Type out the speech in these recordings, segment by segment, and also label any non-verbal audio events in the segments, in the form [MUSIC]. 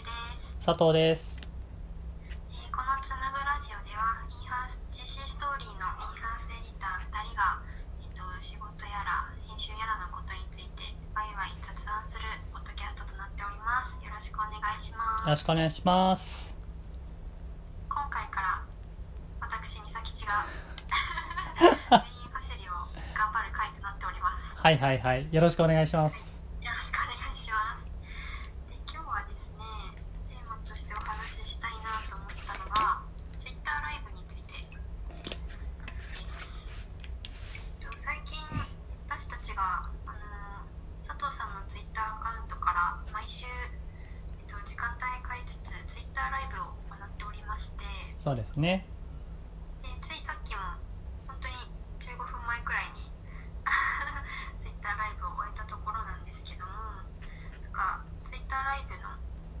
佐藤です。えーこのつなぐラジオではインハウス GC ストーリーのインハウスエディター2人が、えっと仕事やら編集やらのことについてワイワイ雑談するポッドキャストとなっておりますよろしくお願いしよまろすしくお願いします。今回から私美咲千がメイン走りを頑張る回となっておりますはいはいはい。よろしくお願いします。よろしくお願いします。で今日はですね、テーマとしてお話ししたいなと思ったのが、Twitter ライブについてです。えっと、最近、私たちが、あの佐藤さんの Twitter アカウントから毎週、えっと、時間帯変えつつ Twitter ライブを行っておりまして、そうですね。でついさっきも本当に15分前くらいにツイッターライブを終えたところなんですけどもなんかツイッターライブの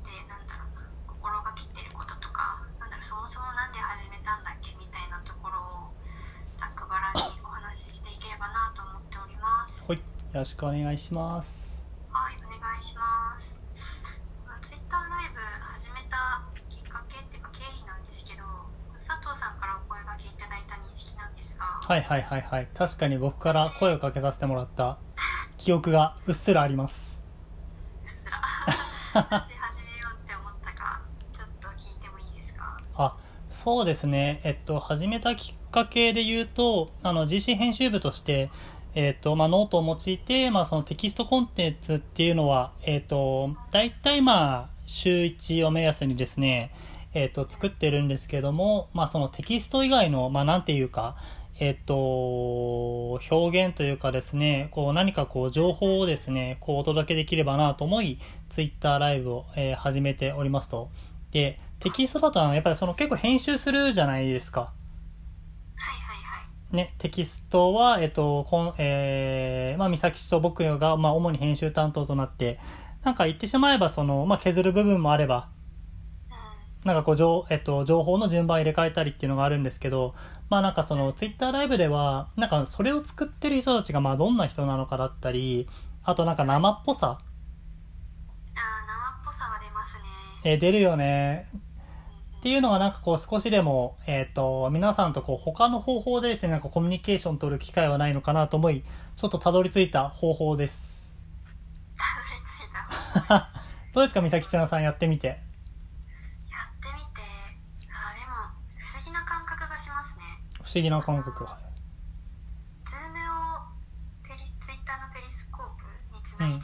でなんだろうな心がけてることとかなんだろうそもそもなんで始めたんだっけみたいなところをざっくばらにお話ししていければなと思っております。はい。よろしくお願いします。はい、お願いします。ツイッターライブ始めたきっかけっていうか経緯なんですけど、佐藤さんからお声掛けいただいた認識なんですが、はいはいはいはい。確かに僕から声をかけさせてもらった記憶がうっすらあります。うっすら [LAUGHS] なんで始めようって思ったか、ちょっと聞いてもいいですか。あそうですね、えっと、始めたきっかけで言うと、あの GC 編集部として、えっとまあ、ノートを用いて、まあ、そのテキストコンテンツっていうのは、えっと、大体まあ週1を目安にですね、えっと、作ってるんですけども、まあ、そのテキスト以外の、まあ、なんていうか、えっと、表現というかですね、こう何かこう情報をですね、こうお届けできればなと思い、Twitter ライブを、えー始めておりますと。で、テキストだとあのやっぱりその結構編集するじゃないですか。はいはいはい。ね、テキストは、えっと、こん、えー、まあ、美咲と僕が、まあ、主に編集担当となって、なんか言ってしまえば、その、まあ、削る部分もあれば、うん、なんかこう情、えっと、情報の順番入れ替えたりっていうのがあるんですけど、まあなんかそのツイッターライブでは、なんかそれを作ってる人たちがまあどんな人なのかだったり、あとなんか生っぽあーさ、生っぽさは出ますね。えー出るよね。うんっていうのがなんかこう少しでも、えっ、と、皆さんとこう他の方法でですね、なんかコミュニケーション取る機会はないのかなと思い、ちょっとたどり着いた方法です。たどり着いた。どうですか、美咲ちゃんさんやってみて。やってみて、あーでも不思議な感覚がしますね。不思議な感覚。ズームをペリツイッターのペリスコープにつないで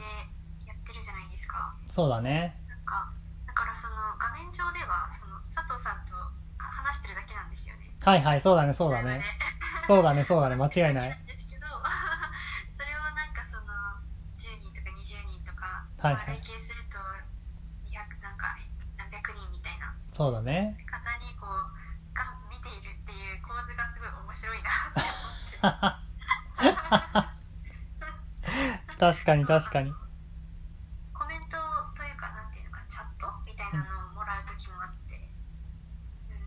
やってるじゃないですか、そうだね。なんかだからその画面上ではその佐藤さんと話してるだけなんですよねはいはい、そうだね、そうだズームねで。そうだね、そうだね、間違いない。話してるだけなんですけど [LAUGHS] それをなんかその10人とか20人とか、はいはまあ累い計すると200なんか何百人みたいなそうだね。 [LAUGHS] 方にこうが見ているっていう構図がすごい面白いなって思 [LAUGHS] って確かに確かに。コメントというかなんていうのかチャットみたいなのをもらう時もあって、うん、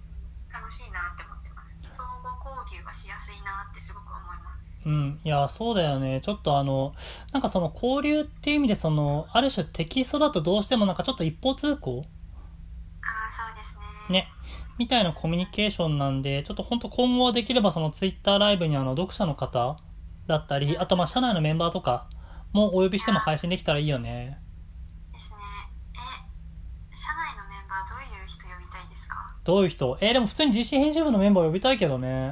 楽しいなって思ってます相互交流がしやすいなってすごく思いますうん、いや、そうだよね。ちょっとあの、なんかその交流っていう意味で、その、ある種テキストだとどうしてもなんかちょっと一方通行ああそうですねね、みたいなコミュニケーションなんで、ちょっと本当今後はできればそのツイッターライブにあの読者の方だったり、あとまあ社内のメンバーとかもお呼びしても配信できたらいいよね。ですねえ社内のメンバーどういう人呼びたいですかどういう人えー、でも普通に実施編集部のメンバー呼びたいけどね。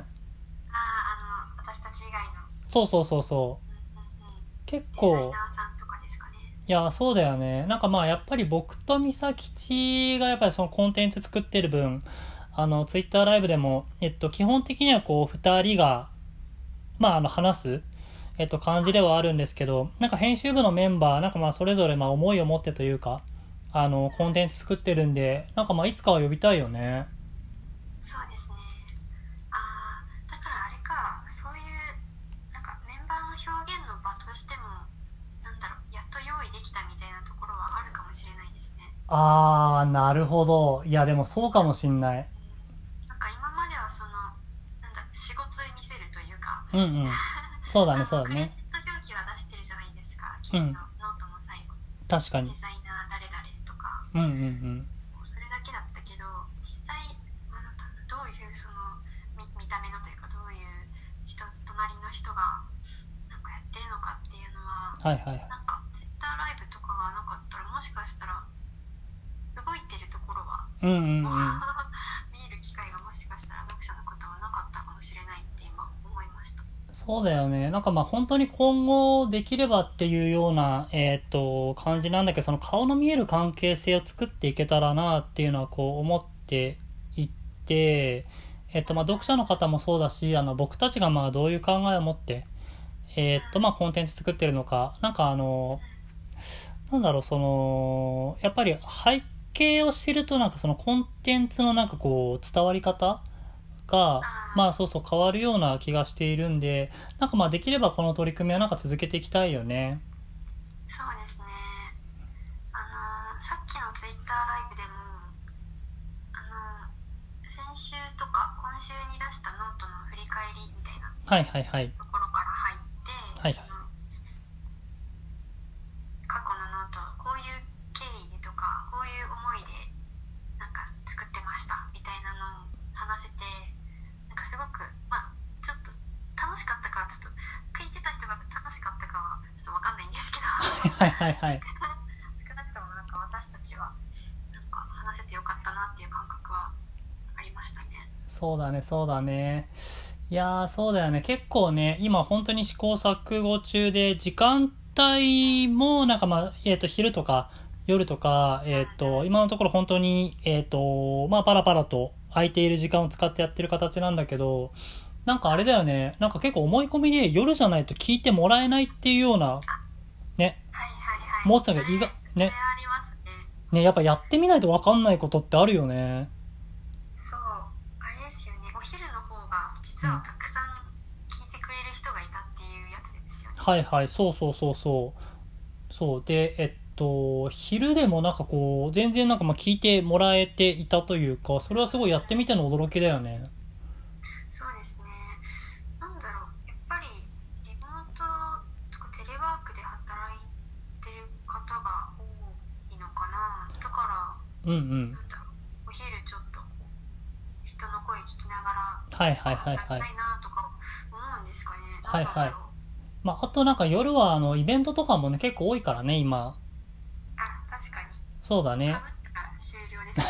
あああの私たち以外のそうそうそうそう。うんうんうん結デザイ構、ナーさんとかですかねいや、そうだよね。なんかまあやっぱり僕と美咲ちがやっぱりそのコンテンツ作ってる分、あの、ツイッターライブでも、えっと、基本的にはこう、二人が、まあ、あの、話す、えっと、感じではあるんですけど、なんか編集部のメンバー、なんかまあ、それぞれまあ、思いを持ってというか、あの、コンテンツ作ってるんで、なんかまあ、いつかは呼びたいよね。そうですねあーだからあれかそういうなんかメンバーの表現の場としてもなんだろうやっと用意できたみたいなところはあるかもしれないですねあー、なるほど。いや、でもそうかもしんない。なんか今まではそのなんだ仕事に見せるというかうんうん。そうだあね、のそうだクレね。ジット表記は出してるじゃないですか記事のノートの最後、確かデに。ザイナー誰々とかうんうんうん。それだはいはいなんかツイッターライブとかがなかったらもしかしたら動いてるところは、うんうんうん [LAUGHS] 見える機会がもしかしたら読者の方はなかったかもしれないって今思いましたそうだよねなんかまあ本当に今後できればっていうような、えー、と感じなんだけどその顔の見える関係性を作っていけたらなっていうのはこう思っていって、えっとまあ読者の方もそうだしあの僕たちがまあどういう考えを持って、えっとまあコンテンツ作ってるのかなんかあのなんだろうそのやっぱり背景を知るとなんかそのコンテンツのなんかこう伝わり方がまあそうそう変わるような気がしているんでなんかまあできればこの取り組みはなんか続けていきたいよねそうですねあのーさっきのツイッターライブでもあのー先週とか今週に出したノートの振り返りみたいなはいはいはいところから入って、はいはいその過去のノートこういう経緯でとかこういう思いでなんか作ってましたみたいなのを話せてなんかすごくまあちょっと楽しかったかはちょっと聞いてた人が楽しかったかはちょっとわかんないんですけどはいはいはい少なくともなんか私たちはなんか話せてよかったなっていう感覚はありましたね。そうだねそうだねいやーそうだよね結構ね今本当に試行錯誤中で時間帯もなんかまあ、えー、と昼とか夜とか、えー、と今のところ本当に、えーとまあ、パラパラと空いている時間を使ってやってる形なんだけどなんかあれだよねなんか結構思い込みで夜じゃないと聞いてもらえないっていうようなねはいはいはい。もうすぐそれ意外それねありますね。ねやっぱやってみないと分かんないことってあるよねそう、あれですよね、お昼の方が実はたくさん聞いてくれる人がいたっていうやつですよね。はいはい、そうそうそうそう。そう。で、えっと、昼でもなんかこう、全然なんかまあ聞いてもらえていたというか、それはすごいやってみての驚きだよね。そうですね。なんだろう、やっぱりリモートとかテレワークで働いてる方が多いのかな。だかうんうら、ん。なんだろう、お昼ちょっとこう人の声聞きながらはいはいはい働きたはいい。なとか思うんですかね。はいなんだろう。まあ、あとなんか夜はあの、イベントとかもね、結構多いからね、今。あ、確かに。そうだねか。ぶったら終了ですね。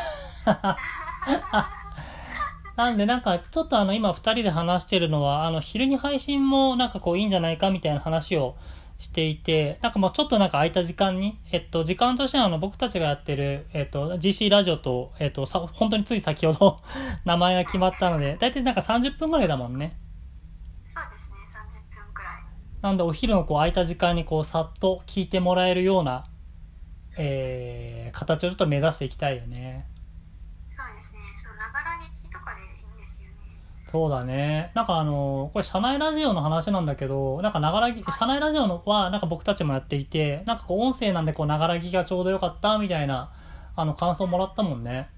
なんでなんかちょっとあの今2人で話してるのはあの昼に配信もなんかこういいんじゃないかみたいな話をしていてなんかもうちょっとなんか空いた時間に、えっと、時間としてはあの僕たちがやってる、えっと、GC ラジオと、えっと、さ本当につい先ほど [LAUGHS] 名前が決まったので大体なんか30分ぐらいだもんねそうですね、30分くらい。なんでお昼のこう空いた時間にこうさっと聞いてもらえるような、えー、形をちょっと目指していきたいよねそうですね、そのながら劇とかでいいんですよね。そうだね。なんかあの、これ社内ラジオの話なんだけど、なんかながらぎ、社内ラジオのはなんか僕たちもやっていて、なんかこう音声なんでこうながら聞きがちょうどよかったみたいな、あの感想もらったもんね。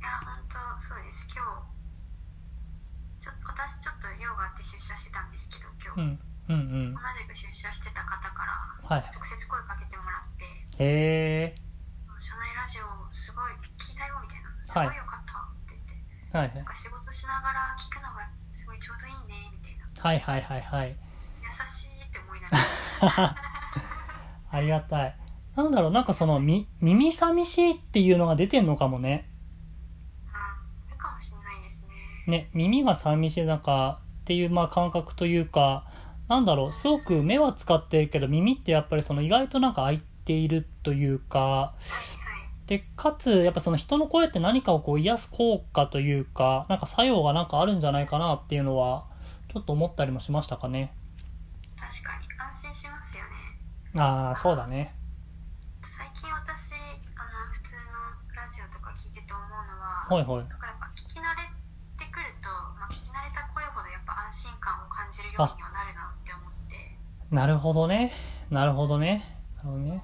いや、本当そうです、今日。ちょっと私ちょっと用があって出社してたんですけど、う今日。ん。うんうん同。じく出社してた方からはい。直接声かけてもらって、へ社内ラジオすごい聞いたよみたいな、すごいよかったって言って、ー。はいなんか仕事しながら聞くのがすごいちょうどいいねみたいな、はいはいはいはい。優しいって思いながら。ありがたい。なんだろう、なんかその、み、耳寂しいっていうのが出てんのかもね。うん、いるかもしれないですね。ね、耳が寂しい中っていうまあ感覚というか、なんだろう、すごく目は使ってるけど、耳ってやっぱりその意外となんか開いているというか、はいはい。で、かつ、やっぱその人の声って何かをこう癒す効果というか、なんか作用がなんかあるんじゃないかなっていうのは、ちょっと思ったりもしましたかね。確かに安心しますよね。ああ、そうだね。最近私あの普通のラジオとか聞いてて思うのは、はいはい。なんかやっぱ聞き慣れてくると、まあ、聞き慣れた声ほどやっぱ安心感を感じるようにはなるなって思って、なるほどね。なるほどね。なるほどね。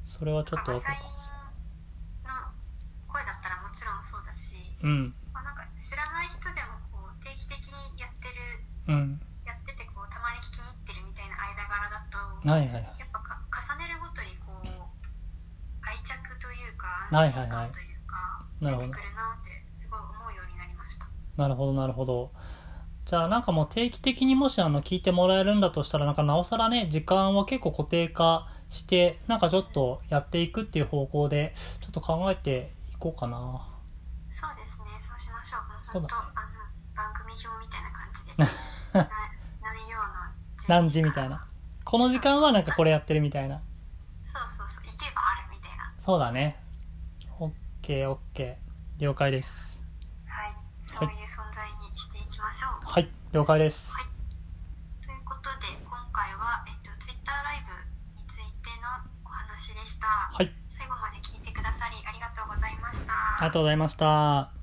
うん、それはちょっまあと馬わか車る員。の声だったらもちろんそうだし、うん。まあ、なんか知らない人でもこう定期的にやってるうん。やっててこうたまに聞きに行ってるみたいな間柄だと、はいはいはい。やっぱか重ねるごとにこう愛着というかはい安はい心はい感というか、なるほど出てくるなってすごい思うようになりました。なるほどなるほど。じゃあなんかもう定期的にもしあの聞いてもらえるんだとしたらなんかなおさらね時間は結構固定化してなんかちょっとやっていくっていう方向でちょっと考えていこうかなそうですね、そうしましょう。もうそう本だ当あの番組表みたいな感 [LAUGHS] じで、な内容の何時みたいな。この時間はなんかこれやってるみたいなそうそうそう、行けばあるみたいな。そうだね OKOK 了解ですはい、そういう存在にしていきましょう。はい了解ですということで、今回はえっとツイッターライブについてのお話でした。はい最後まで聞いてくださりありがとうございました。ありがとうございました